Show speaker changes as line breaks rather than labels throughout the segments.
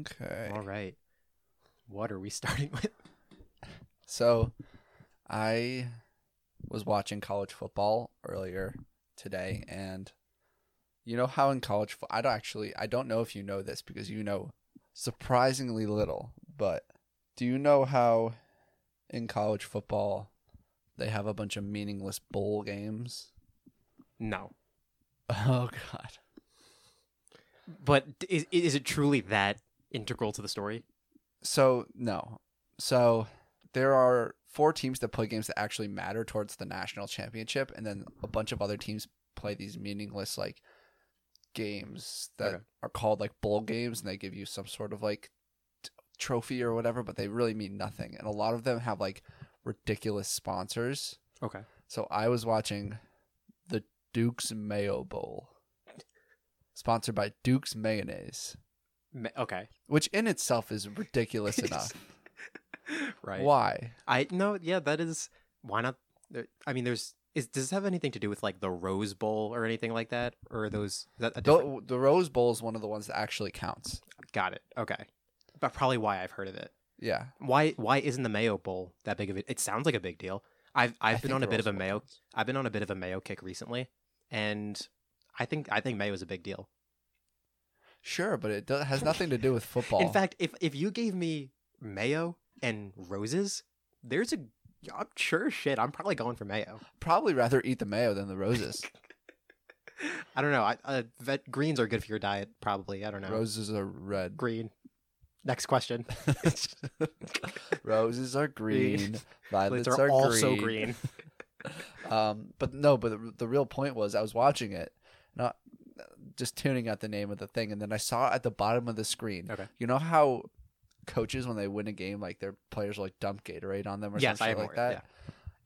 Okay.
All right. What are we starting with?
So, I was watching college football earlier today, and you know how in college, fo- I don't actually, I don't know if you know this because you know surprisingly little, but do you know how in college football they have a bunch of meaningless bowl games?
No.
Oh, God.
But d- is is it truly that integral to the story?
So no. So there are four teams that play games that actually matter towards the national championship, and then a bunch of other teams play these meaningless like games that
Okay.
are called like bowl games, and they give you some sort of like t- trophy or whatever, but they really mean nothing. And a lot of them have like ridiculous sponsors.
Okay.
So I was watching the Duke's Mayo Bowl, sponsored by Duke's Mayonnaise,
Ma- okay.
which in itself is ridiculous enough.
right.
Why?
I no. Yeah, that is. Why not? there- I mean, there's. Is does this have anything to do with like the Rose Bowl or anything like that?
Mm.
Or are those? Is that a different-
The, the Rose Bowl is one of the ones that actually counts.
Got it. Okay. But probably why I've heard of it.
Yeah.
Why why isn't the Mayo Bowl that big of it? It sounds like a big deal. I've I've
I
been
think
on a
the
bit of
Rose
a
Bowl
Mayo
counts.
I've been on a bit of a Mayo kick recently, and I think I think Mayo is a big deal.
Sure, but it does, has nothing to do with football.
In fact, if if you gave me Mayo and roses, there's a I'm sure shit. I'm probably going for Mayo.
probably rather eat the mayo than the roses.
I don't know. I, uh, vet, greens are good for your diet, probably. I don't know.
Roses are red.
Green. Next question.
Roses are
Green.
green.
Violets
Violets
are,
are,
also
green.
green.
Um, but no, but the, the real point was I was watching it, not just tuning out the name of the thing, and then I saw at the bottom of the screen.
Okay.
You know how coaches when they win a game, like their players will, like dump Gatorade on them or
Yes, I
something
am
like
aware,
that.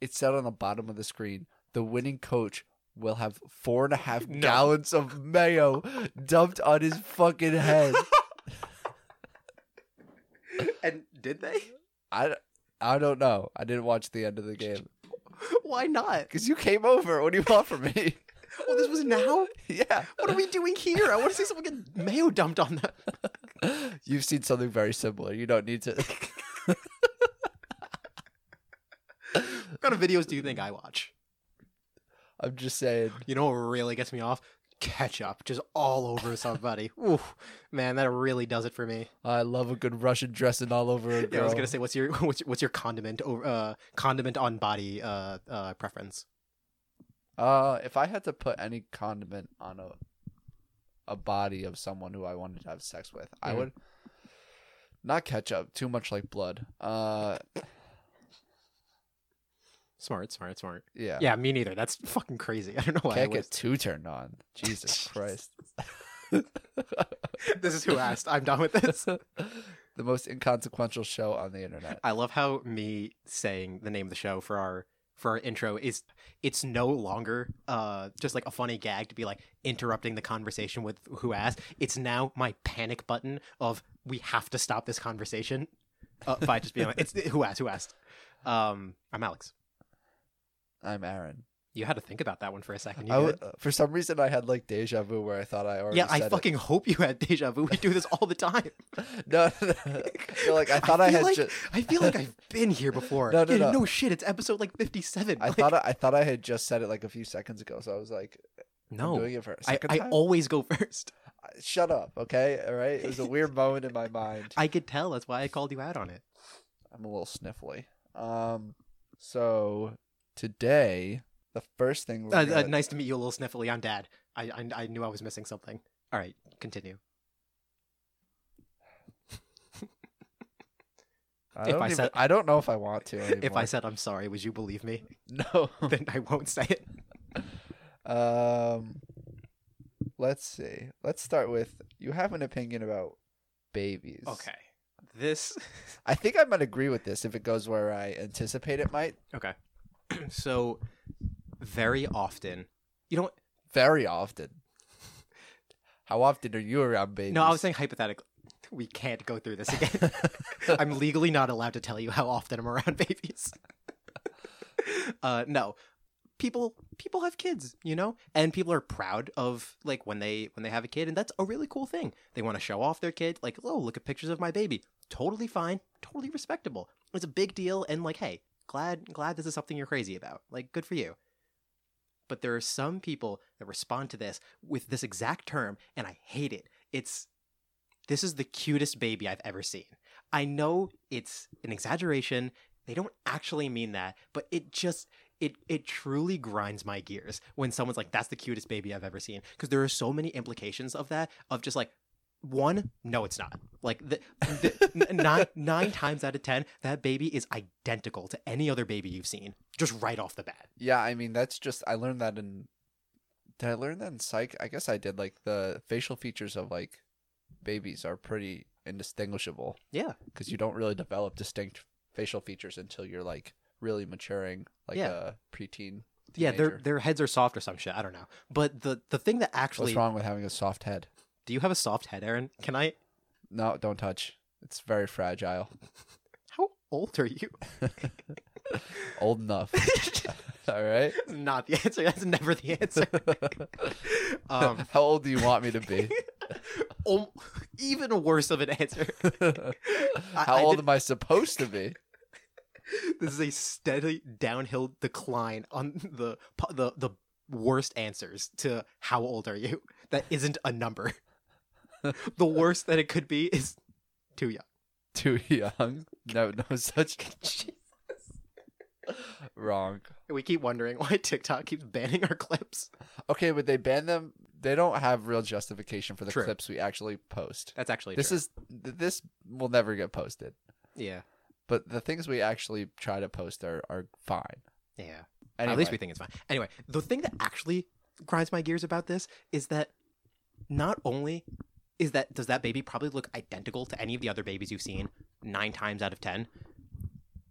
It said on the bottom of the screen, the winning coach will have four and a half
No.
gallons of mayo dumped on his fucking head.
and did they?
I, I don't know. I didn't watch the end of the game
Why not?
because you came over. What do you want from me?
Well, this was now.
yeah.
What are we doing here? I want to see someone get mayo dumped on them.
You've seen something very similar. You don't need to.
What kind of videos do you think I watch?
I'm just saying.
You know what really gets me off? Ketchup, just all over somebody. Ooh, man, that really does it for me.
I love a good Russian dressing all over a girl.
Yeah, I was gonna say, what's your what's your, what's your condiment over uh, condiment on body uh, uh, preference?
Uh, if I had to put any condiment on a a body of someone who I wanted to have sex with, I
Mhm.
would not ketchup. Too much like blood. Uh,
Smart, smart, smart.
yeah.
Yeah, me neither. That's fucking crazy. I don't know why. I
Can't
was-
get too turned on. Jesus Christ.
this is who asked. I'm done with this.
the most inconsequential show on the internet.
I love how me saying the name of the show for our for our intro is it's no longer uh just like a funny gag to be like interrupting the conversation with who asked. It's now my panic button of we have to stop this conversation uh, by just being like it's who asked who asked. Um, I'm Alex.
I'm Aaron.
You had to think about that one for a second. You
I w-
good?
for some reason, I had like deja vu where I thought I already
yeah, I
said it.
fucking hope you had deja vu. We do this all the time.
No, no, no. You're like I thought I,
feel
had
like,
just.
I feel like I've been here before.
No, no,
Yeah,
no.
shit. It's episode like fifty-seven.
I
Like,
thought I, I thought I had just said it like a few seconds ago, so I was like,
no.
I'm doing it for a
I,
second
I
time.
always go first.
I- Shut up, okay? All right. It was a weird moment in my mind.
I could tell. That's why I called you out on it.
I'm a little sniffly. Um, so today, the first thing we're
Uh, uh,
gonna-
nice to meet you, a little sniffly. I'm Dad. I, I I knew I was missing something. All right, continue.
I
if
don't
I
even-
said-
I don't know if I want to.
If I
anymore.
said I'm sorry, would you believe me?
no,
then I won't say it.
um, let's see. Let's start with you have an opinion about babies.
This.
I think I might agree with this if it goes where I anticipate it might.
Okay. so, very often, you don't.
Very often. How often are you around babies?
No, I was saying hypothetically. We can't go through this again. I'm legally not allowed to tell you how often I'm around babies. uh, no, people people have kids, you know, and people are proud of like when they when they have a kid, and that's a really cool thing. They want to show off their kid, like oh look at pictures of my baby. Totally fine, totally respectable. It's a big deal, and like hey, glad glad this is something you're crazy about. Like good for you. But there are some people that respond to this with this exact term, and I hate it. It's this is the cutest baby I've ever seen. I know it's an exaggeration. They don't actually mean that, but it just it it truly grinds my gears when someone's like that's the cutest baby I've ever seen because there are so many implications of that of just like one no it's not like the, the n- nine nine times out of 10 that baby is identical to any other baby you've seen just right off the bat.
Yeah, I mean that's just I learned that in did I learn that in psych? I guess I did. Like the facial features of like babies are pretty indistinguishable
Yeah.
because you don't really develop distinct facial features until you're like really maturing, like
Yeah.
a preteen.
Yeah, their
teenager.
their heads are soft or some shit, I don't know. But the the thing that
What's
actually
wrong with having a soft head?
Do you have a soft head, Aaron? Can I
No, don't touch. It's very fragile.
How old are you?
Old enough. All right.
Not the answer. That's never the answer. um,
How old do you want me to be?
om- even worse of an answer. I-
How
I
old
did-
am I supposed to be?
This is a steady downhill decline on the po- the the worst answers to how old are you? That isn't a number. the worst that it could be is too young.
Too young. No, no such wrong.
We keep wondering why TikTok keeps banning our clips.
Okay, but they ban them. They don't have real justification for the
True.
clips we actually post.
That's actually
This
true.
is th- this will never get posted.
yeah
But the things we actually try to post are are fine.
yeah.
Anyway,
At least we think it's fine. Anyway, the thing that actually grinds my gears about this is that not only is that does that baby probably look identical to any of the other babies you've seen nine times out of ten,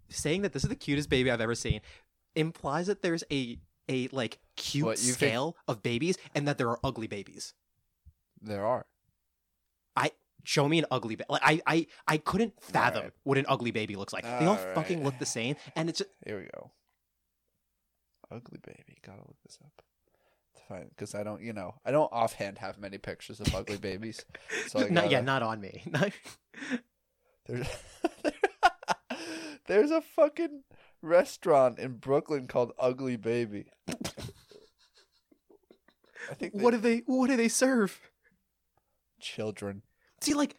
saying that this is the cutest baby I've ever seen implies that there's a a like cute
What, you think-
scale of babies and that there are ugly babies.
there are.
Show me an ugly baby. Like I, I, I couldn't fathom
Alright.
what an ugly baby looks like. they all
Alright.
fucking look the same, and it's
Here we go. Ugly baby. Gotta look this up. To find because I don't, you know, I don't offhand have many pictures of ugly babies. So I
not, yeah,
gotta-
not on me.
There's there's a fucking restaurant in Brooklyn called Ugly Baby. I think
what
what
do they? What do they serve?
children.
See, like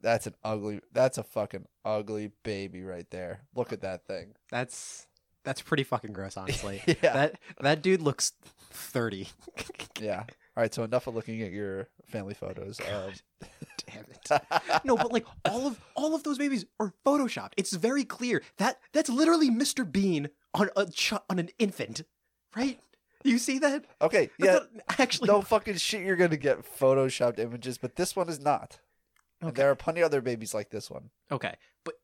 That's an ugly. That's a fucking ugly baby right there. Look at that thing.
That's that's pretty fucking gross, honestly.
Yeah.
That that dude looks thirty.
yeah. All right. So enough of looking at your family photos. Um,
Damn it. No, but like all of all of those babies are photoshopped. It's very clear that that's literally Mr. Bean on a ch- on an infant, right? You see that?
okay.
That's
Yeah.
not actually,
No fucking shit. You're gonna get photoshopped images, but this one is not. And
Okay.
There are plenty other babies like this one.
Okay, but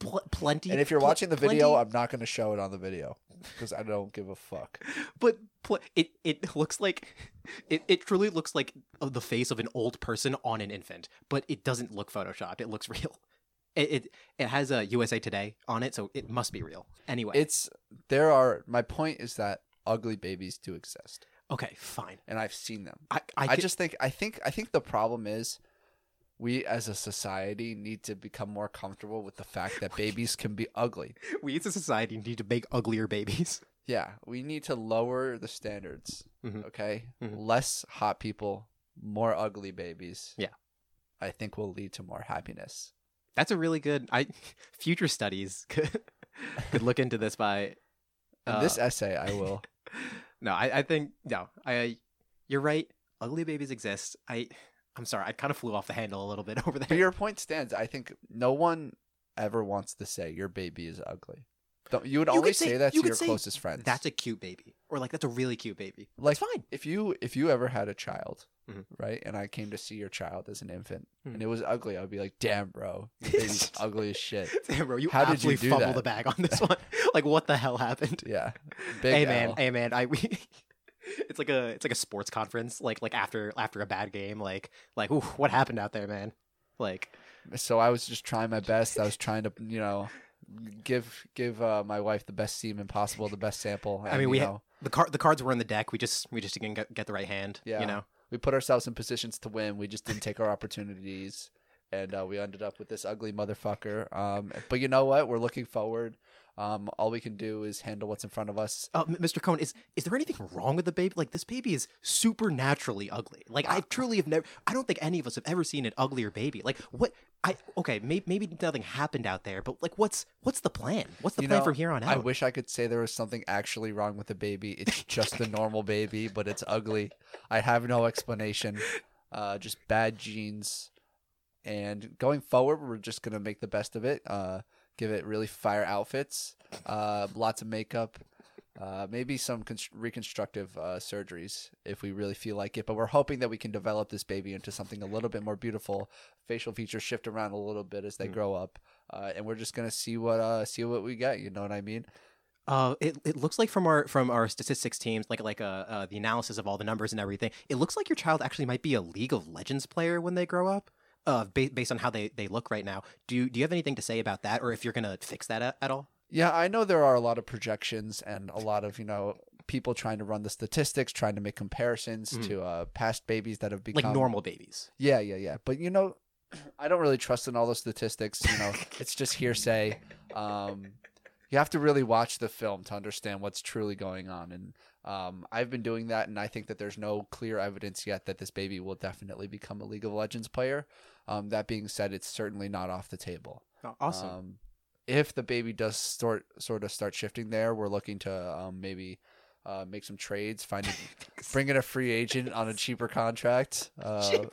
pl- plenty.
And if you're
pl-
watching the video,
plenty-
I'm not going to show it on the video because I don't give a fuck.
but pl- it it looks like it, it truly looks like uh, the face of an old person on an infant but it doesn't look photoshopped it looks real it it, it has a usa today on it so it must be real anyway
It's there are my point is that ugly babies do exist,
okay fine
and I've seen them.
i i,
I,
just
just think I think I think the problem is we as a society need to become more comfortable with the fact that babies can be ugly.
we as a society need to make uglier babies
Yeah, we need to lower the standards.
Mhm.
Okay,
Mhm.
less hot people, more ugly babies.
Yeah.
I think will lead to more happiness.
that's a really good i future studies could, could look into this by
In
uh,
this essay, I will.
no, I, I think no. I you're right. Ugly babies exist. I I'm sorry. I kind of flew off the handle a little bit over
But
there.
your point stands. I think no one ever wants to say your baby is ugly. Don't- You would
You could
only
say-
say, that
you
to
could
your
say,
closest friends.
That's a cute baby, or like that's a really cute baby.
like
That's fine.
if you if you ever had a child,
Mhm.
right? And I came to see your child as an infant,
Mhm.
and it was ugly. I'd be like, "Damn, bro, your baby's ugly as shit."
Damn, bro, you
How did you
absolutely
do
fumble
that?
the bag on this one. like what the hell happened?
Yeah, big
hey man,
L.
hey man. I we. It's like a it's like a sports conference, like like after after a bad game, like like ooh, what happened out there, man? Like
So I was just trying my best. I was trying to, you know, give give uh, my wife the best semen possible, the best sample.
I
and,
mean, we
you
ha-
know,
The card, the cards were in the deck. We just, we just didn't get, get the right hand.
Yeah.
You know,
we put ourselves in positions to win. We just didn't take our opportunities, and uh, we ended up with this ugly motherfucker. Um, but you know what? We're looking forward. Um, all we can do is handle what's in front of us.
uh, M- Mr. Cohen, is is there anything wrong with the baby? Like this baby is supernaturally ugly. Like
Uh,
I truly have never. I don't think any of us have ever seen an uglier baby. Like what? I okay, maybe, maybe nothing happened out there, but like what's what's the plan? What's the
You
plan
know,
from here on out?
I wish I could say there was something actually wrong with the baby. It's just a normal baby, but it's ugly. I have no explanation. Uh, just bad genes. And going forward, we're just gonna make the best of it. Uh, give it really fire outfits, uh, lots of makeup, uh, maybe some const- reconstructive uh, surgeries if we really feel like it. But we're hoping that we can develop this baby into something a little bit more beautiful. Facial features shift around a little bit as they grow up, uh, and we're just gonna see what uh, see what we get. You know what I mean?
Uh, it, it looks like from our from our statistics teams, like like uh, uh the analysis of all the numbers and everything, it looks like your child actually might be a League of Legends player when they grow up. Uh, ba- based on how they, they look right now, do you, do you have anything to say about that, or if you're gonna fix that at, at all?
Yeah, I know there are a lot of projections and a lot of you know people trying to run the statistics, trying to make comparisons
Mhm.
to uh, past babies that have
Like
become
normal babies.
Yeah, yeah, yeah. But you know, I don't really trust in all those statistics. You know, it's just hearsay. Um, you have to really watch the film to understand what's truly going on. And um, I've been doing that, and I think that there's no clear evidence yet that this baby will definitely become a League of Legends player. Um, that being said, it's certainly not off the table.
Awesome.
Um, if the baby does sort sort of start shifting there, we're looking to um, maybe uh, make some trades, find bring in a free agent on a cheaper contract. Uh,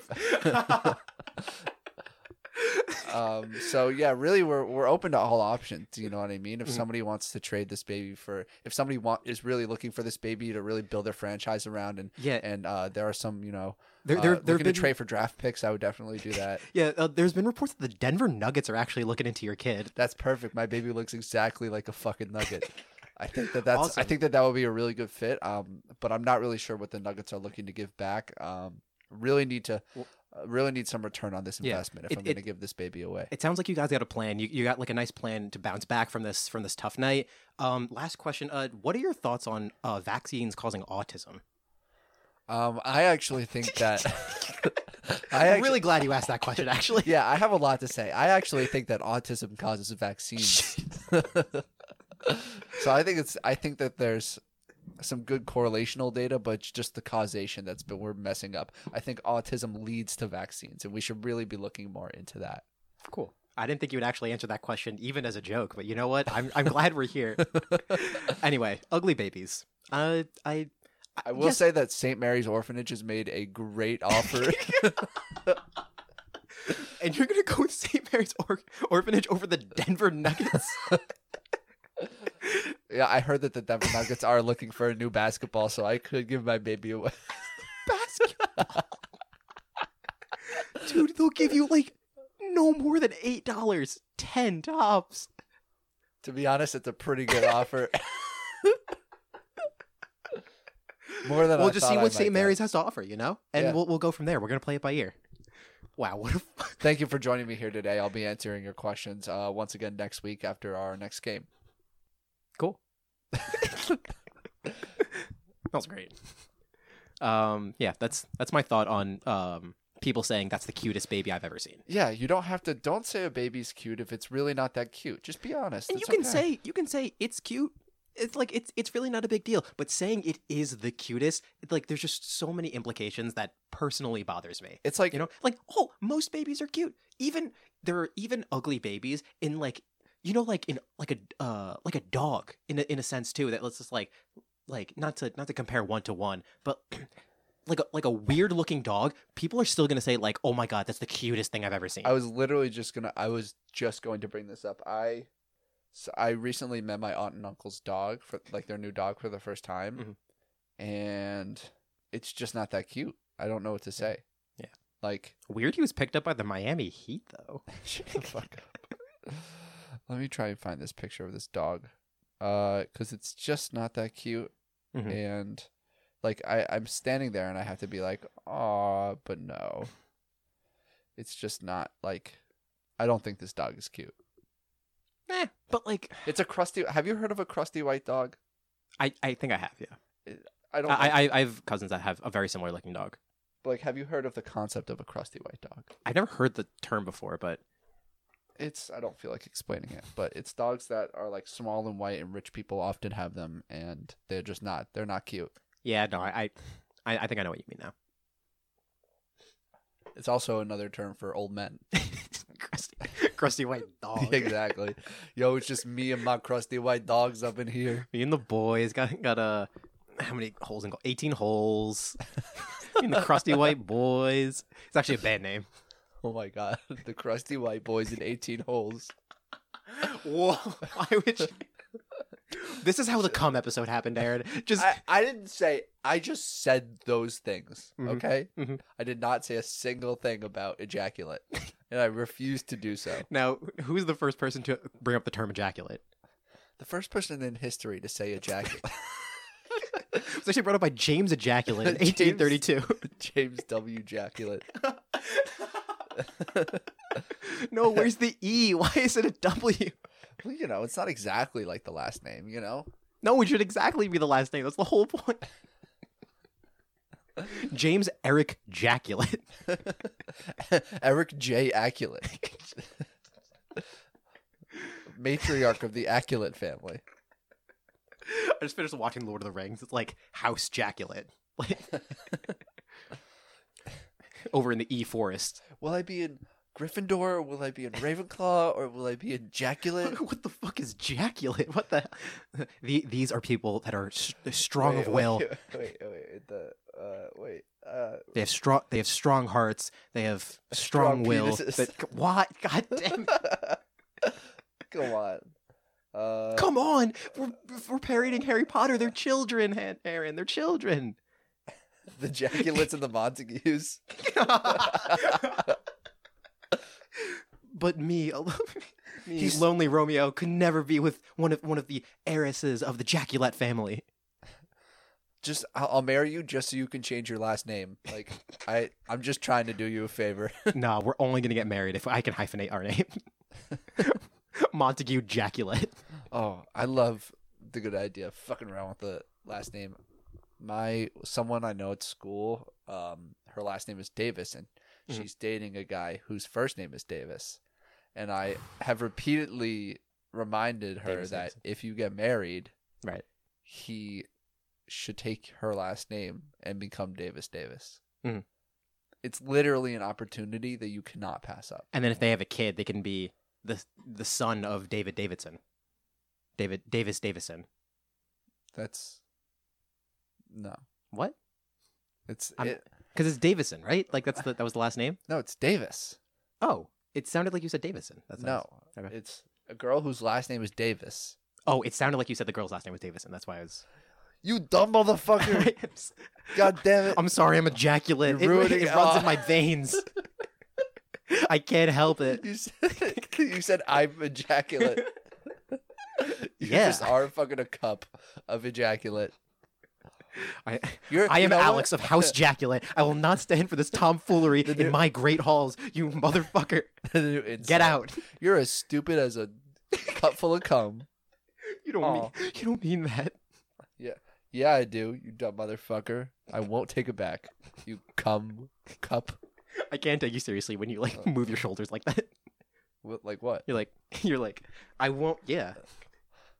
um, so yeah, really, we're we're open to all options. You know what I mean? If
Mhm.
somebody wants to trade this baby for, if somebody want is really looking for this baby to really build their franchise around, and
yeah,
and uh, there are some you know
there
uh,
there
looking
there've
to
been
trade for draft picks, I would definitely do that.
yeah uh, there's been reports that the Denver Nuggets are actually looking into your kid.
That's perfect. My baby looks exactly like a fucking nugget. I think that that's I
Awesome.
think that that would be a really good fit. Um, but I'm not really sure what the Nuggets are looking to give back. Um, really need to,
Well-
uh, really need some return on this
Yeah.
investment if
It-
I'm going to
it-
give this baby away.
It sounds like you guys got a plan. You, you got like a nice plan to bounce back from this from this tough night. Um, last question. Uh, what are your thoughts on uh, vaccines causing autism?
Um, I actually think that I
am
actually,
really glad you asked that question. Actually,
yeah, I have a lot to say. I actually think that autism causes vaccines. so I think it's I think that there's some good correlational data, but it's just the causation that's been we're messing up. I think autism leads to vaccines, and we should really be looking more into that.
cool. I didn't think you would actually answer that question, even as a joke. But you know what? I'm I'm glad we're here. anyway, ugly babies. Uh, I
I will
Yes.
say that St. Mary's Orphanage has made a great offer.
and you're gonna go with St. Mary's or- orphanage over the Denver Nuggets.
yeah, I heard that the Denver Nuggets are looking for a new basketball, so I could give my baby away.
basketball. Dude, they'll give you like no more than eight dollars, ten tops.
To be honest, it's a pretty good offer. More than
We'll
I
just
thought
see
I
what
might
St.
get.
Mary's has to offer, you know, and
Yeah.
we'll we'll go from there. We're gonna play it by ear. Wow, what a f-
Thank you for joining me here today. I'll be answering your questions uh, once again next week after our next game.
cool. that was great. Um, yeah, that's that's my thought on um people saying that's the cutest baby I've ever seen.
Yeah, you don't have to. Don't say a baby's cute if it's really not that cute. Just be honest.
And
It's
you can
okay.
say you can say it's cute. It's like it's it's really not a big deal. But saying it is the cutest, like there's just so many implications that personally bothers me.
it's like
You know, like oh, most babies are cute. Even there are even ugly babies in like you know like in like a uh like a dog in a, in a sense too that let's just like like not to not to compare one to one, but like a, like a weird looking dog, people are still gonna say like oh my god, that's the cutest thing I've ever seen.
I was literally just gonna. I was just going to bring this up. I, so I recently met my aunt and uncle's dog for like their new dog for the first time,
Mm-hmm.
and it's just not that cute. I don't know what to say.
Yeah.
like
Weird, he was picked up by the Miami Heat though.
Shut the fuck up. Let me try and find this picture of this dog. Uh, cause it's just not that cute,
Mhm.
and like I, I'm standing there and I have to be like, ah, but no. It's just not like, I don't think this dog is cute.
Eh, But like,
It's a crusty. Have you heard of a crusty white dog?
I, I think I have. Yeah,
I don't. like-
I, I I have cousins that have a very similar looking dog.
like. Have you heard of the concept of a crusty white dog?
I've never heard the term before, but
It's. I don't feel like explaining it, but it's dogs that are like small and white, and rich people often have them, and they're just not. They're not cute.
yeah, no, I I, I think I know what you mean now.
It's also another term for old men.
crusty, crusty white dog.
exactly. Yo, it's just me and my crusty white dogs up in here.
Me and the boys got got a how many holes in goal? Eighteen holes. Me and the crusty white boys. It's actually a bad name.
Oh my god, the crusty white boys in eighteen holes.
Whoa! Why would you? This is how the cum episode happened, Aaron. Just
I, I didn't say. I just said those things.
Mhm.
Okay.
Mhm.
I did not say a single thing about ejaculate, and I refuse to do so.
now, who's the first person to bring up the term ejaculate?
The first person in history to say ejaculate,
It was actually brought up by James Ejaculate in 1832.
James W. Ejaculate.
no, where's the E? Why is it a W?
Well, you know, it's not exactly like the last name. You know,
No, it should exactly be the last name. That's the whole point. James Eric Jaculate.
Eric J. Aculate, matriarch of the Aculate family.
I just finished watching Lord of the Rings. It's like House Jaculate. Like over in the E forest.
Will I be in Gryffindor? Or will I be in Ravenclaw? Or will I be in Jaculate?
What the fuck is Jaculate? What the? the these are people that are s- they're strong
Wait,
of will.
Wait, wait, wait, wait, the uh, wait, uh,
They have strong. They have strong hearts. They have
Strong
strong, will.
penises.
But, what? God damn!
come on, uh,
Come on! We're, we're parodying Harry Potter. They're children, Han- Aaron. They're children.
the Jaculates and the Montagues.
but me, al- me
He's-
lonely Romeo, could never be with one of one of the heiresses of the Jaculette family.
Just, I'll, I'll marry you just so you can change your last name. Like, I, I'm just trying to do you a favor.
nah, we're only gonna get married if I can hyphenate our name. Montague Jaculette.
Oh, I love the good idea. of Fucking around with the last name. My someone I know at school, um, her last name is Davis, and
Mhm.
she's dating a guy whose first name is Davis. And I have repeatedly reminded her
Davis
that
Davis.
if you get married,
Right.
he should take her last name and become Davis Davis.
Mhm.
It's literally an opportunity that you cannot pass up.
And then if they have a kid, they can be the the son of David Davidson. David Davis Davison.
That's no.
What?
It's
I'm-
it,
Because it's Davison, right? Like that's the, that was the last name.
no. It's Davis.
Oh, it sounded like you said Davison. That's
no,
nice. Okay.
it's a girl whose last name is Davis.
Oh, it sounded like you said the girl's last name was Davison. That's why I was.
You dumb motherfucker! God damn it!
I'm sorry. I'm ejaculate. It,
You're ruining
it
it
runs
all.
in my veins. I can't help it.
You said, you said I'm ejaculate. You
Yeah.
just are fucking a cup of ejaculate.
I,
You're,
I
you
am
know what?
Alex of House Jaculate. I will not stand for this tomfoolery
The
in
new-
my great halls. You motherfucker.
Insult.
Get out.
You're as stupid as a cup full of cum.
You don't
Aw.
mean. You don't mean that.
Yeah, I do. You dumb motherfucker. I won't take it back. You cum cup.
I can't take you seriously when you
Oh.
like move your shoulders like that.
What, like what?
You're like. You're like. I won't. Yeah.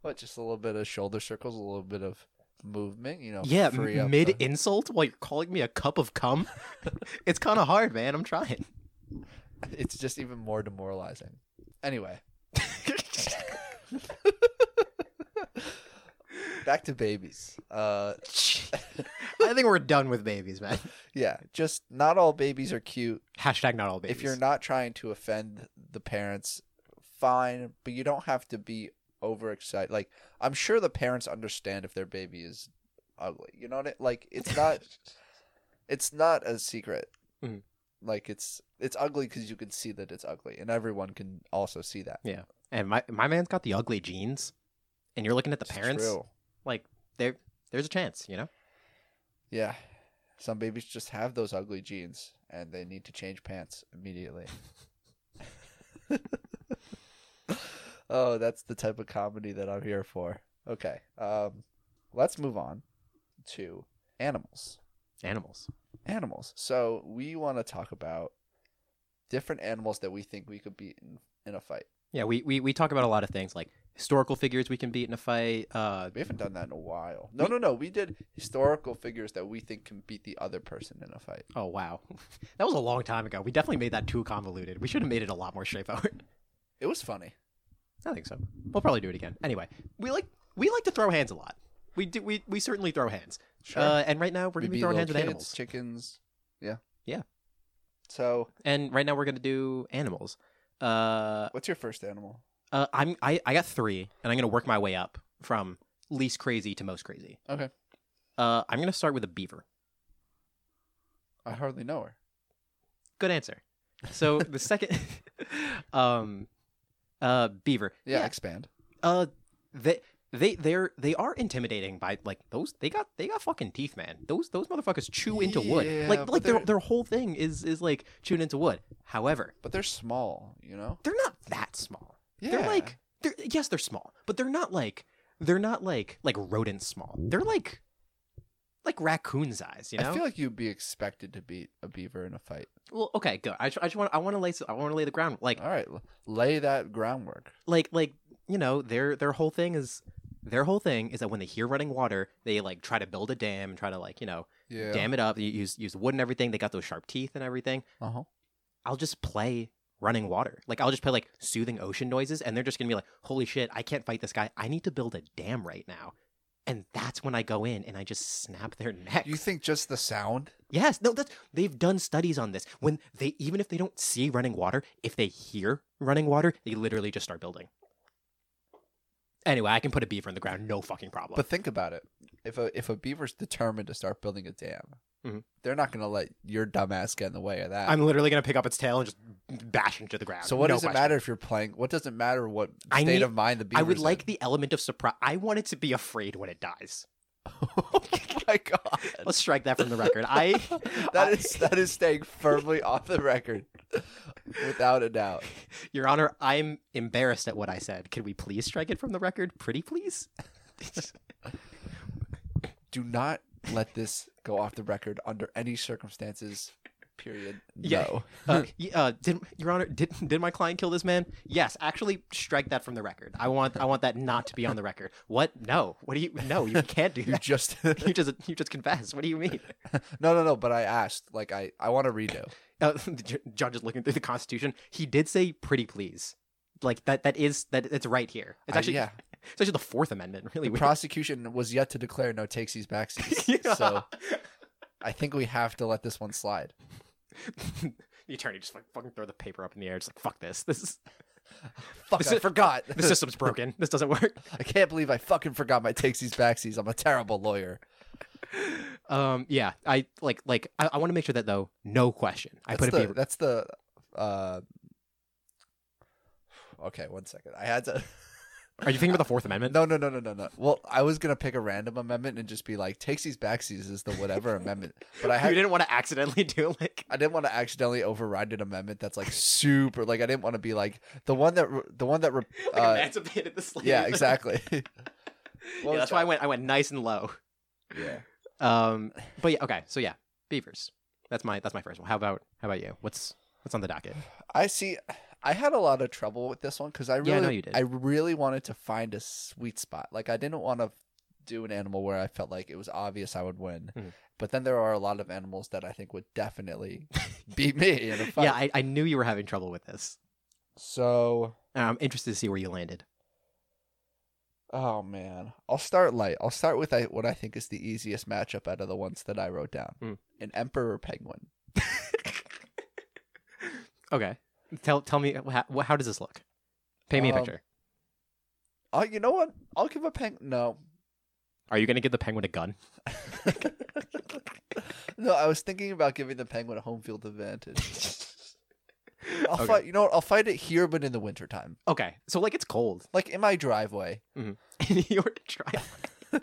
What? Just a little bit of shoulder circles, a little bit of movement. You know.
Yeah,
Oh, free up
mid
the-
insult while you're calling me a cup of cum. it's kind of hard, man. I'm trying.
it's just even more demoralizing. Anyway, back to babies. Uh,
I think we're done with babies, man.
yeah, just not all babies are cute.
Hashtag not all babies.
If you're not trying to offend the parents, fine, but you don't have to be overexcited. Like, I'm sure the parents understand if their baby is ugly. You know what I like? It's not. it's not a secret.
Mhm.
Like it's it's ugly because you can see that it's ugly, and everyone can also see that.
and my my man's got the ugly genes, and you're looking at the
It's
parents,
true.
there there's a chance, you know.
Yeah. Some babies just have those ugly genes and they need to change pants immediately. Oh, that's the type of comedy that I'm here for. Okay. Um, let's move on to animals.
Animals.
Animals. So we want to talk about different animals that we think we could beat in, in a fight.
Yeah, we, we we talk about a lot of things like historical figures we can beat in a fight. Uh,
We haven't done that in a while. No, no, no. We did historical figures that we think can beat the other person in a fight.
oh wow, that was a long time ago. We definitely made that too convoluted. We should have made it a lot more straightforward.
It was funny.
I think so. We'll probably do it again. Anyway, we like we like to throw hands a lot. We do we we certainly throw hands. Uh, and right now we're
We'd
gonna be
be
throwing
little
hands with
kids,
animals.
chickens. Yeah.
Yeah.
So,
And right now we're gonna do animals. Uh,
what's your first animal?
uh I'm I I got three, and I'm gonna work my way up from least crazy to most crazy.
Okay.
Uh, I'm gonna start with a beaver.
I hardly know her.
Good answer. So the second, um, uh, beaver.
Yeah, expand.
Uh, they they they're they are intimidating by like those they got they got fucking teeth, man. Those those motherfuckers chew into wood.
Yeah,
Like
but
like their
they're-
their whole thing is is like chewing into wood. However,
But they're small, you know?
they're not that small.
Yeah.
They're like they're yes, they're small, but they're not like they're not like like rodent small. They're like like raccoon size, you know?
I feel like you'd be expected to beat a beaver in a fight.
well, okay, good. I, ju- I just want I want to lay s- I want to lay the ground like
All right, l- lay that groundwork.
like like you know their their whole thing is their whole thing is that when they hear running water, they like try to build a dam and try to like you know
Yeah.
dam it up. You use use wood and everything. They got those sharp teeth and everything.
Uh huh.
I'll just play running water. Like I'll just play like soothing ocean noises, and they're just gonna be like, "Holy shit, I can't fight this guy. I need to build a dam right now." And that's when I go in and I just snap their necks.
You think just the sound?
Yes, no, that's they've done studies on this. When they even if they don't see running water, if they hear running water, they literally just start building. Anyway, I can put a beaver in the ground, no fucking problem.
But think about it. If a if a beaver's determined to start building a dam,
Mhm.
they're not going to let your dumbass get in the way of that.
I'm literally gonna pick up its tail and just bash into the ground.
so what
No
does it
question.
matter if you're playing? What does it matter what
I
state
need-
of mind the beaver's
I would like
in?
the element of surprise. I want it to be afraid when it dies.
oh my god.
Let's strike that from the record. I
That
I-
is that is staying firmly off the record, without a doubt.
Your Honor, I'm embarrassed at what I said. Can we please strike it from the record? Pretty please?
Do not let this go off the record under any circumstances. Period.
Yeah.
No.
uh, y- uh, did Your Honor, did did my client kill this man? Yes, actually, strike that from the record. I want I want that not to be on the record. What? No. What do you? No, you can't do
You
that.
just
You just you just confess. What do you mean?
no no no. But I asked. Like I I want to redo.
Uh, the ju- judge is looking through the Constitution. He did say pretty please. Like that that is that it's right here. It's
I-
actually
Uh, yeah.
it's actually the Fourth Amendment. Really weird.
Prosecution was yet to declare no takesies backsies.
Yeah.
So I think we have to let this one slide.
the attorney just like fucking throw the paper up in the air. Just like fuck this. This is
Fuck!
This
I
is-
forgot.
the system's broken. This doesn't work.
I can't believe I fucking forgot my takesies backsies. I'm a terrible lawyer.
Um, yeah, I like like I, I want to make sure that though, no question. I
That's
put a
the,
beaver.
That's the. Uh, okay, one second. I had to.
Are you thinking about the Fourth Amendment?
No, no, no, no, no, no. Well, I was gonna pick a random amendment and just be like, takesies backsies is the whatever amendment. But I
you
had,
didn't want to accidentally do like
I didn't want to accidentally override an amendment that's like super. Like I didn't want to be like the one that re- the one that. Re-
like
uh,
emancipated the slave.
yeah,
Like,
exactly.
yeah,
Well,
that's why I went I went nice and low.
Yeah.
Um, but yeah, okay, so yeah, beavers. That's my that's my first one. How about how about you? What's what's on the docket?
I see. I had a lot of trouble with this one because I really,
Yeah, I know you did.
I really wanted to find a sweet spot. Like I didn't want to do an animal where I felt like it was obvious I would win.
Mhm.
But then there are a lot of animals that I think would definitely beat me in a fight.
Yeah, I, I knew you were having trouble with this.
so,
And I'm interested to see where you landed.
oh man, I'll start light. I'll start with I, what I think is the easiest matchup out of the ones that I wrote down:
Mm.
an emperor penguin.
Okay, tell tell me how, how does this look? Paint me a
Um,
picture.
Oh, you know what? I'll give a peng. No,
Are you gonna give the penguin a gun?
no. I was thinking about giving the penguin a home field advantage. I'll
Okay.
fight. You know what? I'll fight it here, but in the wintertime.
Okay, so like it's cold
like in my driveway.
in your drive.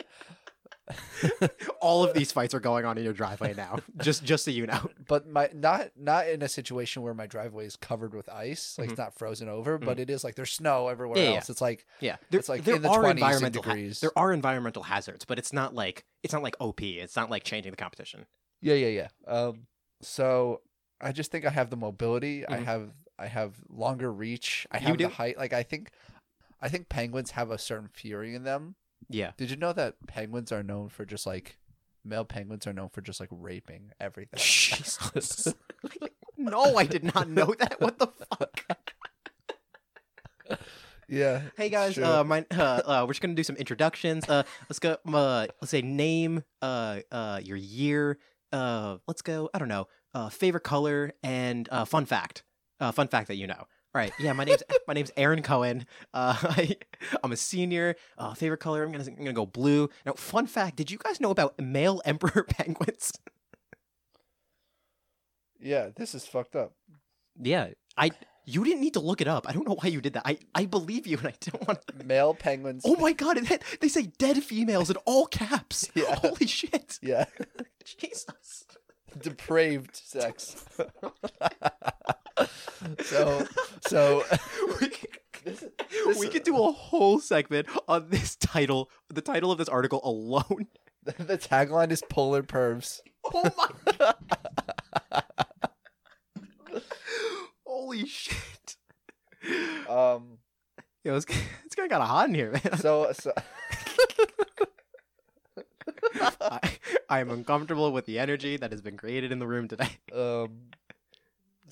All of these fights are going on in your driveway now. Just just so you know.
but my not not in a situation where my driveway is covered with ice, like it's not frozen over, but it is like there's snow everywhere
Mm-hmm. Yeah, yeah.
else. It's like
Yeah.
It's like in the 20s
environmental ha-
degrees.
there are environmental hazards, but it's not like it's not like OP. It's not like changing the competition.
yeah, yeah, yeah. Um, so I just think I have the mobility. I
Mhm.
have I have longer reach. I
You
have the
do?
height. Like I think I think penguins have a certain fury in them.
Yeah.
Did you know that penguins are known for just like male penguins are known for just like raping everything?
Jesus. no, I did not know that. What the fuck?
yeah.
Hey
it's
guys,
true.
uh, my, uh, uh, we're just gonna do some introductions. Uh, let's go. um, Uh, let's say name, uh, uh, your year. Uh, let's go. I don't know. Uh, favorite color and uh, fun fact. Uh, fun fact that you know. All right. Yeah, my name's my name's Aaron Cohen. Uh, I, I'm a senior. Uh, favorite color. I'm gonna I'm gonna go blue. Now, fun fact. Did you guys know about male emperor penguins?
yeah, this is fucked up.
Yeah. I. You didn't need to look it up. I don't know why you did that. I, I believe you, and I don't want to.
Male penguins.
Oh my god, it, they say dead females in all caps.
Yeah.
Holy shit.
Yeah,
Jesus.
depraved sex. so, so
We, we could do a whole segment on this title, the title of this article alone.
the tagline is polar pervs.
Oh my Holy shit.
Um,
Yo, it's, it's kind of got hot in here, man.
so, so
I, I am uncomfortable with the energy that has been created in the room today.
um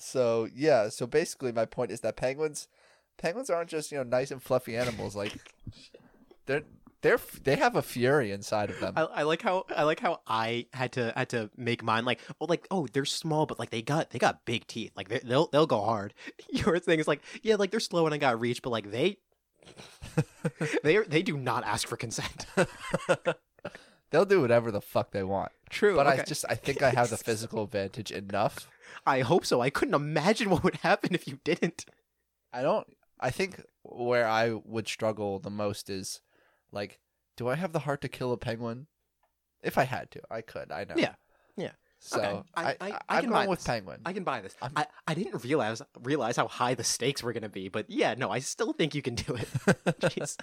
so yeah so basically my point is that penguins penguins aren't just you know nice and fluffy animals like they're they're they have a fury inside of them
I, I like how I like how I had to had to make mine like oh like oh they're small but like they got they got big teeth like they, they'll they'll go hard. Your thing is like yeah like they're slow and I got reach but like they they are, they do not ask for consent.
they'll do whatever the fuck they want
True,
but i
okay.
just i think i have the physical advantage enough
I hope so. I couldn't imagine what would happen if you didn't.
i don't i think where i would struggle the most is like do i have the heart to kill a penguin if i had to i could i know
Yeah. Yeah.
so
Okay. I-
I,
I-
I,
I
I am
can buy
going with
this.
penguin
I can buy this.
I'm-
I, I didn't realize realize how high the stakes were gonna be, but yeah, no, I still think you can do it. Jesus.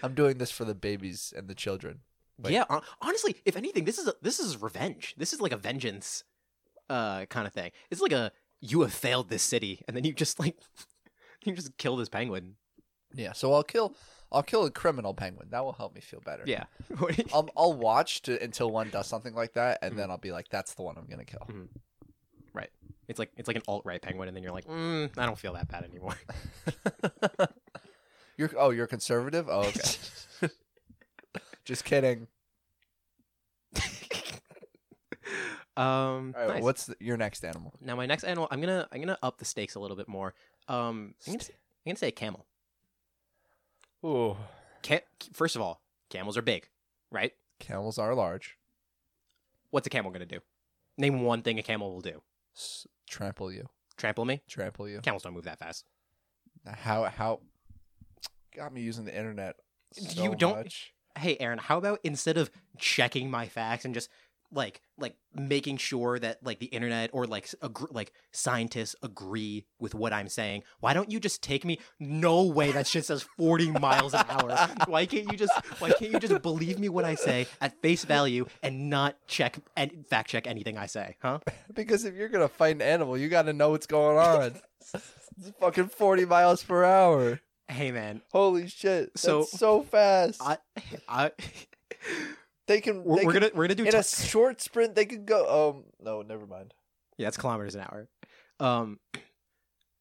i'm doing this for the babies and the children Like-
yeah, hon- honestly, if anything, this is a, this is revenge. This is like a vengeance, uh, kind of thing. It's like a you have failed this city, and then you just like you just kill this penguin.
Yeah, so I'll kill I'll kill a criminal penguin. That will help me feel better.
Yeah,
I'll I'll watch to, until one does something like that and
Mm.
then I'll be like that's the one I'm going to kill.
it's like it's like an alt right penguin, and then you're like, mm, I don't feel that bad anymore.
You're oh, you're conservative? Oh, okay. Just kidding.
um,
All right,
nice.
what's the, your next animal?
now my next animal? I'm gonna I'm gonna up the stakes a little bit more. Um, I'm gonna, say- I'm gonna say a camel.
Ooh.
Ca- first of all, camels are big, right?
Camels are large.
What's a camel gonna do? Name one thing a camel will do.
S- trample you.
Trample me?
Trample you.
Camels don't move that fast.
How how got me using the internet so
You don't-
much.
hey aaron how about instead of checking my facts and just like like making sure that like the internet or like s- agr- like scientists agree with what i'm saying why don't you just take me no way that shit says 40 miles an hour why can't you just why can't you just believe me when i say at face value and not check and fact check anything i say huh
Because if you're going to fight an animal, you got to know what's going on. it's fucking 40 miles per hour.
hey man
Holy shit!
So-
So so fast.
i i
they can.
we're,
they
we're
can-
gonna we're gonna do
in
ti-
a short sprint. They could go. Um. No, never mind.
Yeah, that's kilometers an hour. Um,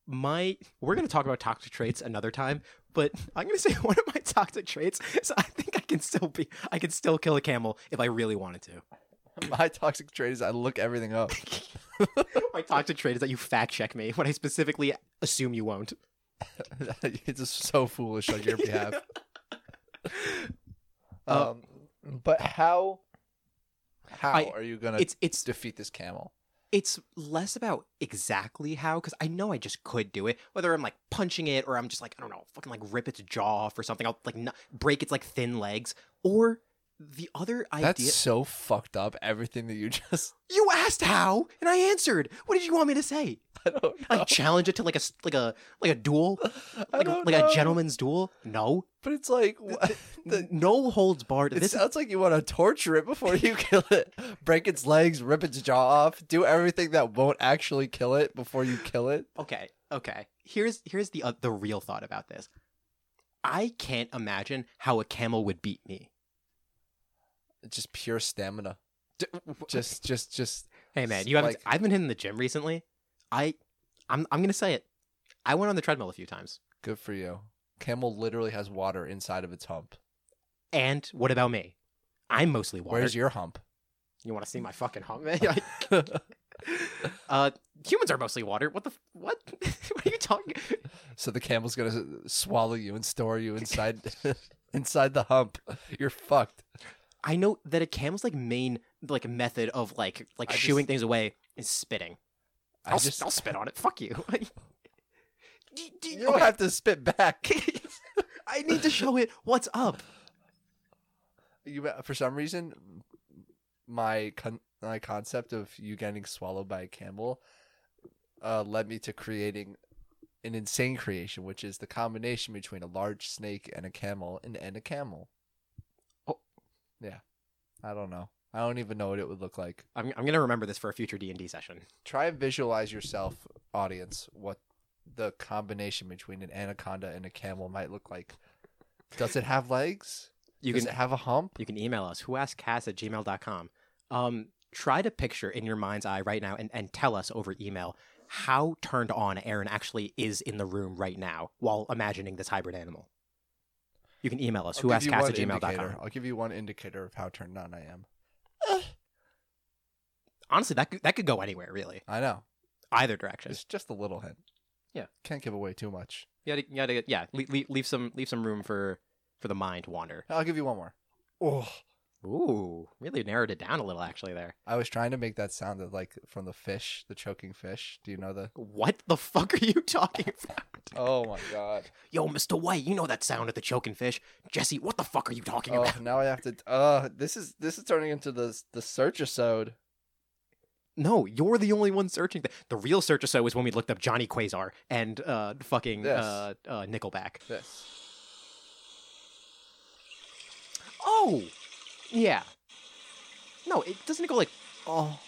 my we're gonna talk about toxic traits another time, but I'm gonna say one of my toxic traits. So I think I can still be, I can still kill a camel if I really wanted to.
My toxic trait is I look everything up.
my toxic trait is that you fact check me when I specifically assume you won't.
it's just so foolish on your behalf.
Uh,
um, but how? How
I-
are you gonna
It's it's
defeat this camel?
it's less about exactly how because I know I just could do it. Whether I'm like punching it or I'm just like I don't know, fucking like rip its jaw off or something. I'll like n- break its like thin legs or The other idea.
That's so fucked up. Everything that you just.
You asked how, and I answered. What did you want me to say?
I don't know.
Like challenge it to like a s- like a like a duel,
I
like a,
don't
like a
know.
gentleman's duel. No,
But it's like. What, the,
no holds barred.
it
This
sounds like you want to torture it before you kill it. Break its legs, rip its jaw off, do everything that won't actually kill it before you kill it.
okay okay here's here's the uh, the real thought about this i can't imagine how a camel would beat me
It's just pure stamina. Just, just, just.
hey man you haven't
like-
i've been hitting the gym recently i i'm, I'm gonna say it i went on the treadmill a few times
Good for you. Camel literally has water inside of its hump.
and what about me i'm mostly water
Where's your hump?
you want to see my fucking hump man Like, uh humans are mostly water what the f- what what are you talking
so the camel's gonna swallow you and store you inside inside the hump. You're fucked.
i know that a camel's like main like method of like like
I just-
shooing things away is spitting
I
I'll,
just
will spit on it. Fuck you. Do- do-
you don't
okay.
have to spit back.
I need to show it what's up.
You for some reason my con- my concept of you getting swallowed by a camel uh, led me to creating an insane creation, which is the combination between a large snake and a camel and, and a camel.
Oh.
Yeah, I don't know. I don't even know what it would look like.
I'm, I'm gonna remember this for a future D and D session.
try and visualize yourself, audience, what the combination between an anaconda and a camel might look like. Does it have legs?
You
Does
can
it have a hump?
you can email us whoaskcast at gmail.com. Um, try to picture in your mind's eye right now and, and tell us over email how turned on Aaron actually is in the room right now while imagining this hybrid animal. You can email us
I'll give you
whoaskcast at
one indicator.
gmail.com.
I'll give you one indicator of how turned on I am.
Honestly, that could, that could go anywhere really,
I know.
either direction.
It's just a little hint.
Yeah.
Can't give away too much.
You gotta, you gotta yeah, le- le- leave some leave some room for for the mind to wander.
I'll give you one more. Oh.
Ooh, really narrowed it down a little actually there.
I was trying to make that sound of like from the fish, the choking fish. Do you know the
What the fuck are you talking about?
Oh my god.
Yo, Mr. White, you know that sound of the choking fish. Jesse, what the fuck are you talking
Oh
about?
now I have to uh this is this is turning into the the search episode.
No, you're the only one searching that. The real search or so is when we looked up Johnny Quasar and uh fucking
Yes.
uh, uh Nickelback.
This.
Oh. Yeah. No, it doesn't it go like oh.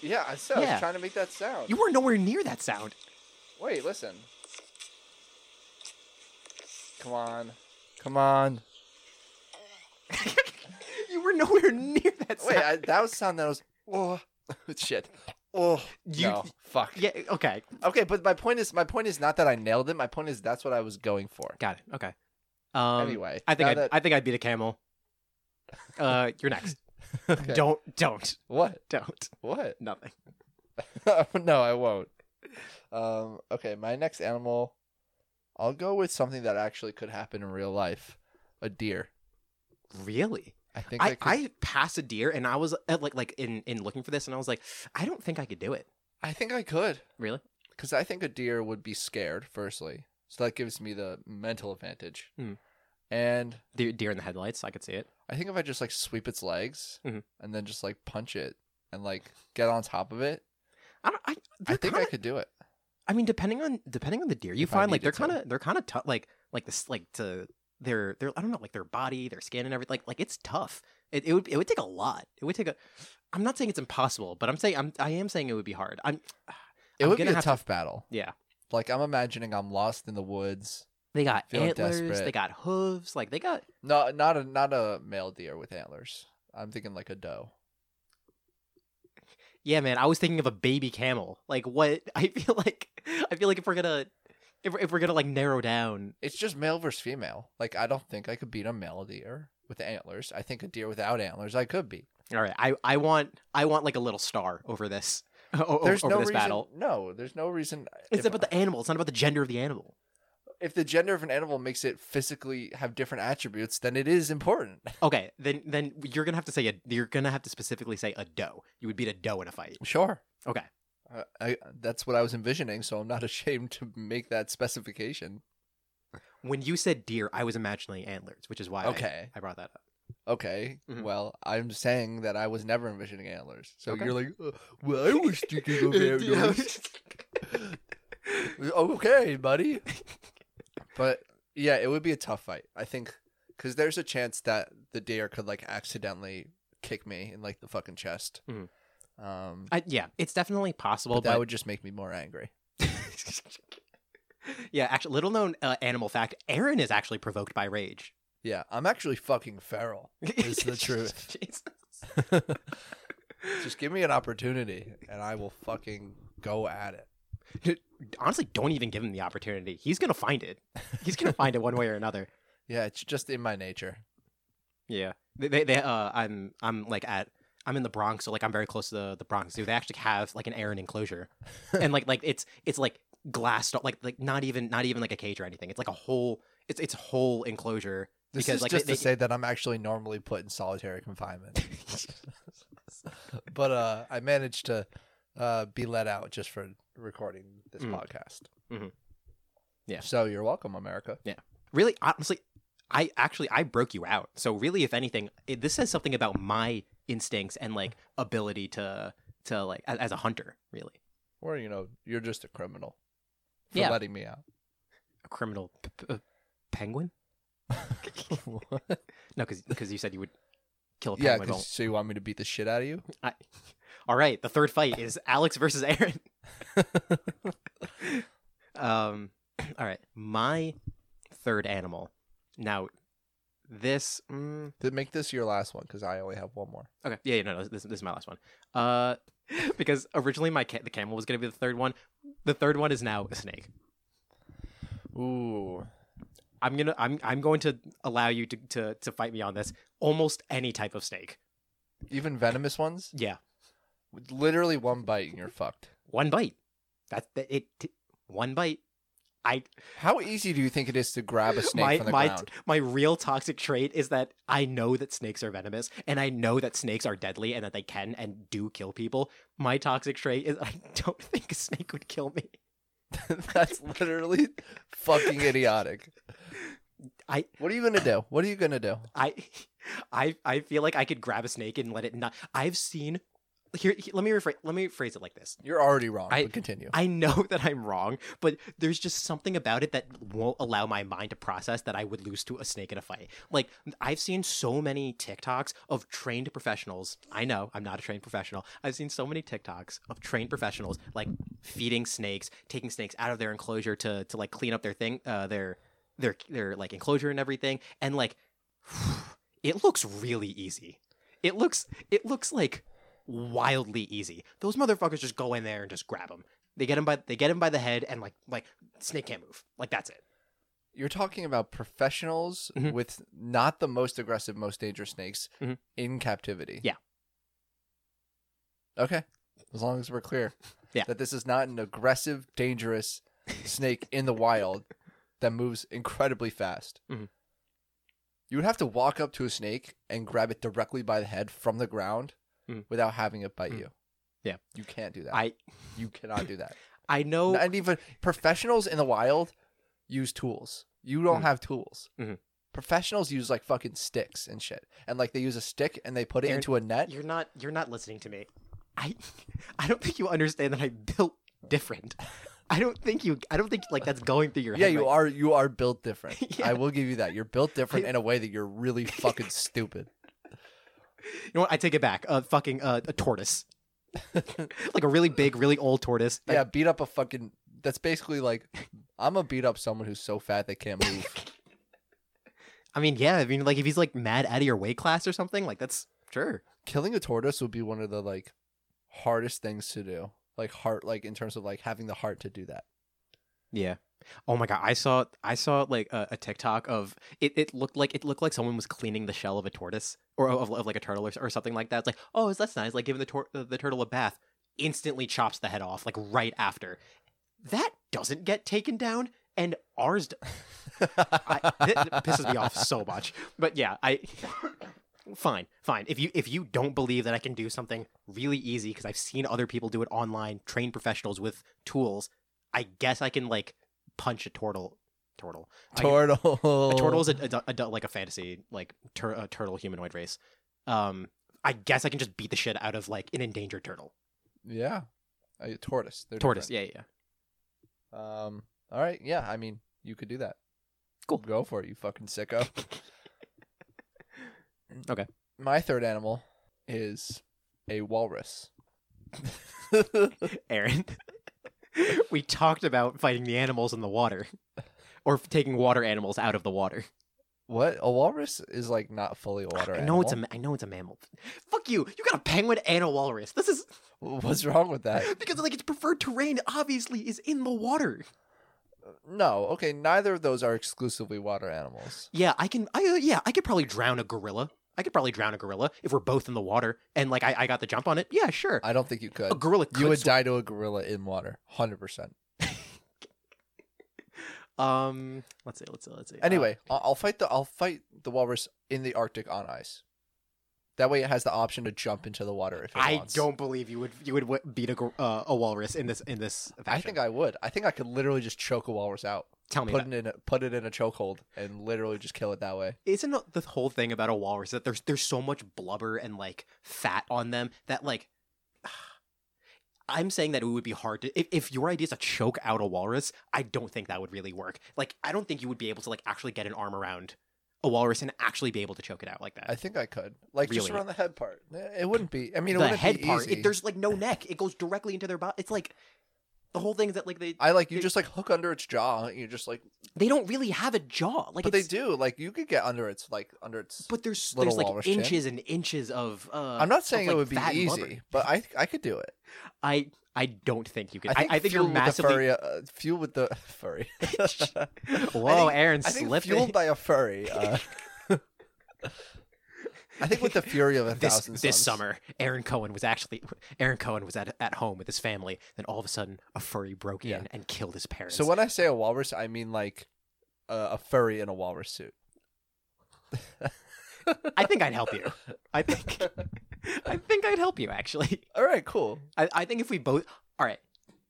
Yeah, I said I
Yeah.
was trying to make that sound.
You were nowhere near that sound.
Wait, listen. Come on. Come on.
you were nowhere near that sound.
Wait, I, that was sound that was. Oh, shit. Oh,
You-
no. Fuck.
Yeah, okay.
Okay, but my point is, my point is not that I nailed it. My point is that's what I was going for.
Got it. Okay. Um
anyway,
I think
now
I,
that-
I think I beat a camel. Uh, you're next.
Okay.
Don't, don't,
What?
don't.
What?
Nothing.
no, I won't. Um. Okay, my next animal. I'll go with something that actually could happen in real life. A deer.
Really?
I think
I,
could-
I passed a deer, and I was uh, like, like in in looking for this, and I was like, I don't think I could do it.
I think I could.
Really?
because I think a deer would be scared. Firstly, so that gives me the mental advantage.
Hmm.
And
The deer in the headlights. I could see it.
I think if I just like sweep its legs
Mhm.
and then just like punch it and like get on top of it,
I don't. I,
I
they're
think
kinda,
I could do it.
I mean, depending on depending on the deer, you
If I
find like they're
needed
kind
to.
of they're kind of tough. Like like this like to their their I don't know like their body, their skin, and everything. Like like it's tough. It, it would it would take a lot. It would take a. I'm not saying it's impossible, but I'm saying I'm I am saying it would be hard. I'm.
It
I'm
would be
gonna
a
have to-
tough battle.
Yeah.
Like I'm imagining I'm lost in the woods.
They got
Feeling
antlers.
desperate.
They got hooves. Like they got.
No, not a not a male deer with antlers. I'm thinking like a doe.
Yeah, man. I was thinking of a baby camel. Like what? I feel like. I feel like if we're gonna, if we're, if we're gonna like narrow down.
It's just male versus female. Like I don't think I could beat a male deer with antlers. I think a deer without antlers I could beat.
All right. I I want I want like a little star over this. o- o-
There's
Oh, over
no
this
reason.
battle.
No, there's no reason.
It's
if-
about the animal. It's not about the gender of the animal.
if the gender of an animal makes it physically have different attributes, then it is important.
Okay. Then then you're gonna have to say a, you're gonna have to specifically say a doe. You would beat a doe in a fight.
Sure.
Okay.
Uh, I, that's what I was envisioning, so I'm not ashamed to make that specification.
When you said deer, I was imagining antlers, which is why I-
Okay.
I, brought that up.
Okay,
Mhm.
well, I'm saying that I was never envisioning antlers. So
Okay.
you're like, "Uh, well, I was thinking of antlers. Oh, okay, buddy. But yeah, it would be a tough fight. I think because there's a chance that the deer could like accidentally kick me in like the fucking chest.
Mhm.
Um,
I, yeah, it's definitely possible.
but that
but
would just make me more angry.
yeah, actually, little known uh, animal fact: Aaron is actually provoked by rage.
Yeah, I'm actually fucking feral. Is the truth. Jesus. just give me an opportunity, and I will fucking go at it.
Honestly, don't even give him the opportunity. He's gonna find it. He's gonna find it one way or another.
Yeah, it's just in my nature.
Yeah, they, they, they uh, I'm, I'm like at, I'm in the Bronx, so like I'm very close to the, the Bronx Zoo. They actually have like an Aaron enclosure, and like, like it's, it's like glass, door- like, like not even, not even like a cage or anything. It's like a whole, it's, it's a whole enclosure.
This
Because,
is
like,
just
they-
to say that I'm actually normally put in solitary confinement, but uh, I managed to uh, be let out just for recording this
Mm.
podcast.
Mhm. Yeah.
So you're welcome, America.
really, honestly, I actually, I broke you out. So really, if anything, it, this says something about my instincts and like ability to, to like as, as a hunter, really,
Or you know, you're just a criminal for
Yeah.
letting me out.
a criminal p- p- uh, penguin. No, because you said you would kill a
yeah.
penguin. but
'cause- so you want me to beat the shit out of you?
I, all right, the third fight is Alex versus Aaron. um, all right, my third animal. Now, this. Mm,
Then make this your last one because I only have one more.
okay, yeah, yeah, no, no, this, this is my last one. Uh, because originally my ca- the camel was gonna be the third one. The third one is now a snake.
Ooh.
I'm gonna I'm I'm going to allow you to to to fight me on this. Almost any type of snake.
Even venomous ones?
Yeah,
With Literally one bite and you're fucked.
one bite. That's that it. one bite. I
How easy do you think it is to grab a snake
my
from the
my
ground?
my real toxic trait is that I know that snakes are venomous and I know that snakes are deadly and that they can and do kill people. My toxic trait is I don't think a snake would kill me.
That's literally fucking idiotic.
I-
What are you gonna do? What are you gonna do?
I I I feel like I could grab a snake and let it not I've seen here he- let me rephrase let me phrase it like this.
You're already wrong.
I-
but continue.
I know that I'm wrong, but there's just something about it that won't allow my mind to process that I would lose to a snake in a fight. Like, I've seen so many TikToks of trained professionals. I know I'm not a trained professional. I've seen so many TikToks of trained professionals, like feeding snakes, taking snakes out of their enclosure to, to like clean up their thing, uh, their, their, their like enclosure and everything. And like, it looks really easy. It looks, it looks like wildly easy. Those motherfuckers just go in there and just grab them. They get him by they get him by the head and like like snake can't move. Like that's it.
You're talking about professionals
Mhm.
with not the most aggressive, most dangerous snakes
Mhm.
in captivity.
Yeah.
Okay. As long as we're clear.
Yeah.
That this is not an aggressive, dangerous snake in the wild that moves incredibly fast.
Mhm.
You would have to walk up to a snake and grab it directly by the head from the ground
Mhm.
without having it bite
Mhm.
you.
Yeah.
You can't do that.
I
you cannot do that.
I know
Not even professionals in the wild use tools. You don't
Mhm.
have tools.
Mhm.
Professionals use like fucking sticks and shit, and like they use a stick and they put it
Aaron,
into a net.
you're not you're not listening to me. I I don't think you understand that I built different. I don't think you I don't think like that's going through your
Yeah,
head.
you
right-
are you are built different.
Yeah.
I will give you that. You're built different in a way that you're really fucking stupid.
You know what? I take it back. A fucking uh, a tortoise. like a really big, really old tortoise. Like,
Yeah, beat up a fucking. That's basically like I'm gonna beat up someone who's so fat they can't move.
I mean, yeah, I mean like if he's like mad out of your weight class or something, like that's sure.
Killing a tortoise would be one of the like hardest things to do. Like heart, like in terms of like having the heart to do that.
Yeah. Oh my god, I saw I saw like a, a TikTok of it, it looked like it looked like someone was cleaning the shell of a tortoise or of, of like a turtle or, or something like that. It's like, "Oh, is that's nice." Like giving the tor- the, the turtle a bath, instantly chops the head off like right after. That doesn't get taken down and ours d- I, it pisses me off so much. But yeah, I fine, fine. If you if you don't believe that I can do something really easy because I've seen other people do it online, trained professionals with tools, I guess I can like punch a turtle turtle. I-
Turtle.
a turtle is a, a, a- like a fantasy like tur- a turtle humanoid race. Um, I guess I can just beat the shit out of like an endangered turtle,
Yeah. A tortoise. They're
tortoise.
different.
Yeah, yeah, yeah.
Um. All right. Yeah. I mean, you could do that.
Cool.
Go for it, you fucking sicko.
Okay.
My third animal is a walrus.
Aaron. we talked about fighting the animals in the water, or taking water animals out of the water.
What? A walrus is like not fully a water.
I know it's a
animal.
ma- I know it's a mammal. Fuck you! You got a penguin and a walrus. This is
What's wrong with that?
because like its preferred terrain obviously is in the water.
No. Okay. Neither of those are exclusively water animals.
Yeah, I can. I uh, yeah, I could probably drown a gorilla. I could probably drown a gorilla if we're both in the water and like I, I got the jump on it. Yeah, sure.
I don't think you could.
a gorilla could.
Uh, you would
sw-
die to a gorilla in water. Hundred percent.
um, let's see, let's see, let's see. Uh,
Anyway, I- I'll fight the I'll fight the walrus in the Arctic on ice. That way, it has the option to jump into the water if it
Uh, I
wants.
don't believe you would you would w- beat a gor- uh, a walrus in this in this. Fashion.
I think I would. I think I could literally just choke a walrus out,
tell me
put
about
it in a, put it in a chokehold, and literally just kill it that way.
isn't the whole thing about a walrus that there's there's so much blubber and like fat on them that like I'm saying that it would be hard to if, if your idea is to choke out a walrus, I don't think that would really work. Like I don't think you would be able to like actually get an arm around a walrus and actually be able to choke it out like that.
I think I could, like just
Really?
around the head part. Eh, It wouldn't be. I mean, it
the
wouldn't
head
be
part,
easy.
it, there's like no neck. It goes directly into their body. It's like the whole thing is that like they
I like you
it-
just like hook under its jaw. and You just like,
they don't really have a jaw. Like
but they
it's,
do. Like you could get under its like under its.
But there's
Little
there's like
walrus chin.
inches and inches of. Uh,
I'm not
of,
saying
like,
it would be
fat and
easy,
blubber.
but I I could do it.
I I don't think you could.
I think,
I, I think
fueled
you're massively.
with the furry, uh, fueled with the furry.
Whoa,
think-
Aaron
I think
slipped
fueled
it.
by a furry. Uh, I think with the fury of a
This
thousand
this
suns.
summer, Aaron Cohen was actually Aaron Cohen was at at home with his family. Then all of a sudden, a furry broke
Yeah.
in and killed his parents.
So when I say a walrus, I mean like uh, a furry in a walrus suit.
I think I'd help you. I think I think I'd help you actually.
All right, cool.
I, I think if we both all right,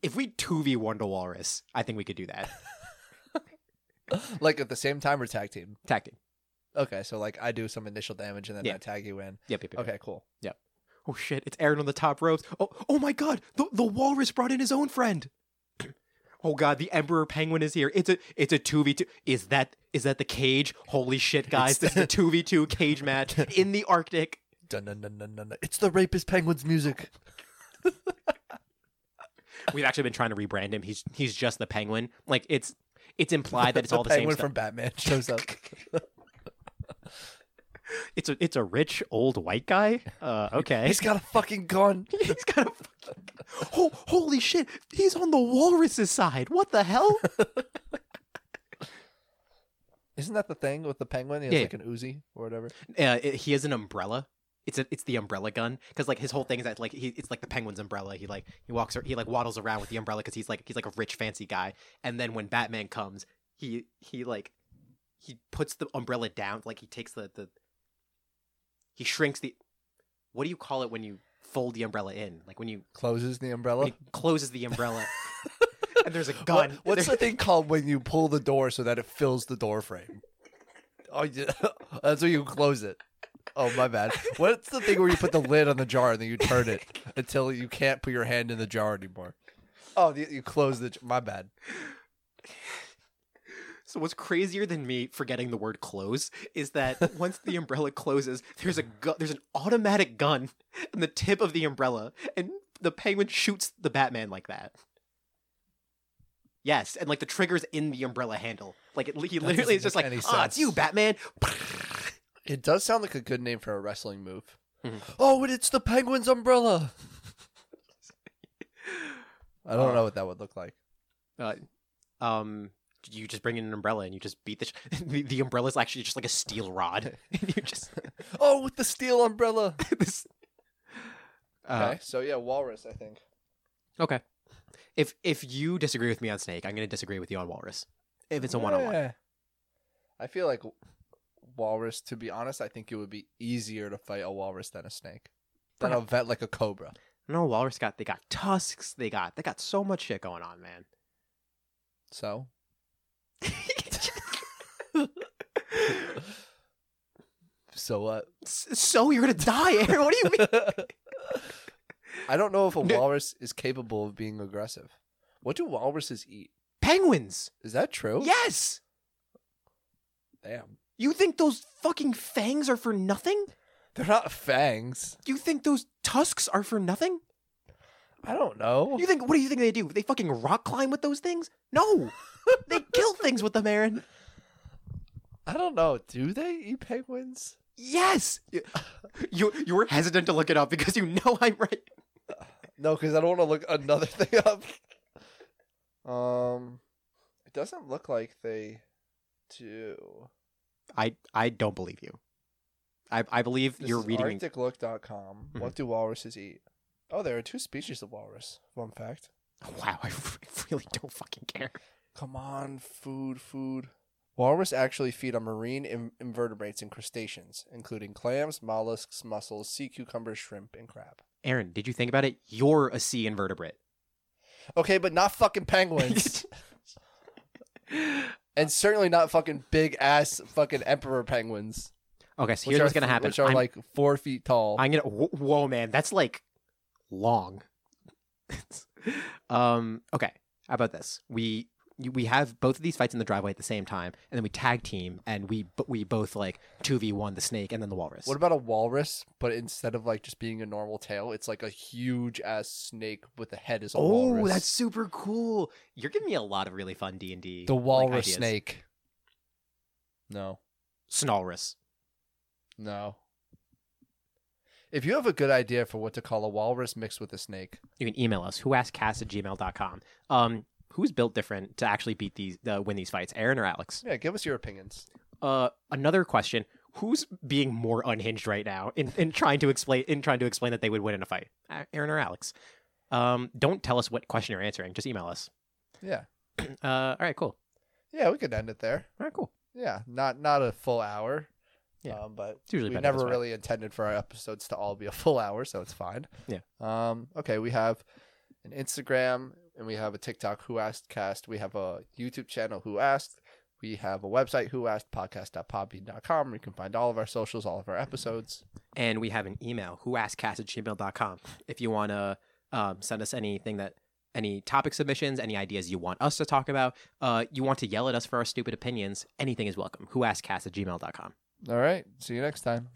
if we two v one to Walrus, I think we could do that.
Like at the same time or tag team.
Tag team.
Okay, so like I do some initial damage and then
Yeah.
I tag you in.
Yep, yep, yep.
Okay, cool.
Oh shit! It's Aaron on the top ropes. Oh, oh my god! The the walrus brought in his own friend. Oh god! The emperor penguin is here. It's a it's a two v two. Is that is that the cage? Holy shit, guys!
It's-
This is a two v two cage match in the Arctic.
Dun, dun, dun, dun, dun, dun. It's the rapist penguins music.
We've actually been trying to rebrand him. He's he's just the penguin. Like it's it's implied that it's
the
all the same
penguin
stuff.
from Batman shows up.
It's a it's a rich old white guy. Uh, okay.
He's got a fucking gun.
He's got a fucking. Oh, holy shit! He's on the walrus's side. What the hell?
Isn't that the thing with the penguin? He has
Yeah,
like an Uzi or whatever.
uh, it- he has an umbrella. It's a, it's the umbrella gun because like his whole thing is that like he it's like the penguin's umbrella. He like he walks ar- he like waddles around with the umbrella because he's like he's like a rich fancy guy. And then when Batman comes, he he like he puts the umbrella down. Like he takes the the he shrinks the what do you call it when you fold the umbrella in? Like when you
Closes the
when
umbrella.
he closes the umbrella and there's a
What-
gun.
what's
There-
the thing called when you pull the door so that it fills the door frame? Oh, yeah. that's when you close it. Oh, my bad. What's the thing where you put the lid on the jar and then you turn it until you can't put your hand in the jar anymore? Oh, you, you close the. j- My bad.
So what's crazier than me forgetting the word close is that once the umbrella closes, there's a gu- there's an automatic gun in the tip of the umbrella, and the penguin shoots the Batman like that. Yes, and like the trigger's in the umbrella handle. Like it, he
That doesn't
literally is just
make
like,
any
"Ah, it's
sense.
you, Batman."
It does sound like a good name for a wrestling move.
Mhm.
Oh, and it's the penguin's umbrella. I don't
Oh.
know what that would look like.
Uh, um, you just bring in an umbrella and you just beat the sh- the, the umbrella's actually just like a steel rod. you just
Oh, with the steel umbrella.
this. Uh,
Okay, so yeah, walrus. I think.
Okay. If if you disagree with me on Snake, I'm going to disagree with you on Walrus. If it's a one on one.
Yeah. I feel like walrus. To be honest, I think it would be easier to fight a walrus than a snake, than a vet like a cobra.
No, Walrus got they got tusks. They got they got so much shit going on, man.
So so what?
S- So you're gonna die, Aaron. What do you mean?
I don't know if a
No.
walrus is capable of being aggressive. What do walruses eat?
Penguins.
Is that true?
Yes.
Damn.
You think those fucking fangs are for nothing?
They're not fangs.
You think those tusks are for nothing?
I don't know.
You think what do you think they do? They fucking rock climb with those things? No. they kill things with them, Aaron.
I don't know. Do they eat penguins?
Yes. You- You you were hesitant to look it up because you know I'm right.
No, because I don't want to look another thing up. Um, it doesn't look like they do.
I I don't believe you. I I believe
This
you're
is
reading Mm-hmm.
ArcticLook.com. What do walruses eat? Oh, there are two species of walrus. Fun fact.
Wow, I really don't fucking care.
Come on, food, food. Walrus actually feed on marine Im- invertebrates and crustaceans, including clams, mollusks, mussels, sea cucumbers, shrimp, and crab.
Aaron, did you think about it? You're a sea invertebrate.
Okay, but not fucking penguins.
okay,
and certainly not fucking big ass fucking emperor penguins.
so
which
here's
are
what's gonna
th-
happen.
Which are
I'm,
like four feet tall.
I'm gonna. wh- Whoa, man, that's like long. um. Okay. How about this? We we have both of these fights in the driveway at the same time, and then we tag team, and we but we both like two v one the snake and then the walrus.
What about a walrus? But instead of like just being a normal tail, it's like a huge ass snake with the head as a
oh,
walrus.
that's super cool. You're giving me a lot of really fun D and D.
the walrus snake. No,
Snalrus.
no. If you have a good idea for what to call a walrus mixed with a snake,
you can email us whoaskcast at gmail.com um who's built different to actually beat these uh, win these fights aaron or alex
yeah, give us your opinions.
uh another question who's being more unhinged right now in, in trying to explain in trying to explain that they would win in a fight A- aaron or alex um don't tell us what question you're answering just email us
Yeah,
uh all right cool
yeah, we could end it there.
all right cool
Yeah, not not a full hour.
Yeah.
um, but
it's usually
we
better this
never
way.
really intended for our episodes to all be a full hour, so it's fine.
Yeah.
Um. Okay. We have an Instagram and we have a TikTok Who Asked Cast. We have a YouTube channel Who Asked. We have a website Who Asked Podcast.podbean.com where you can find all of our socials, all of our episodes.
and we have an email whoaskcast at gmail.com if you want to um, send us anything that any topic submissions any ideas you want us to talk about uh, you want to yell at us for our stupid opinions anything is welcome whoaskcast at gmail.com
All right. See you next time.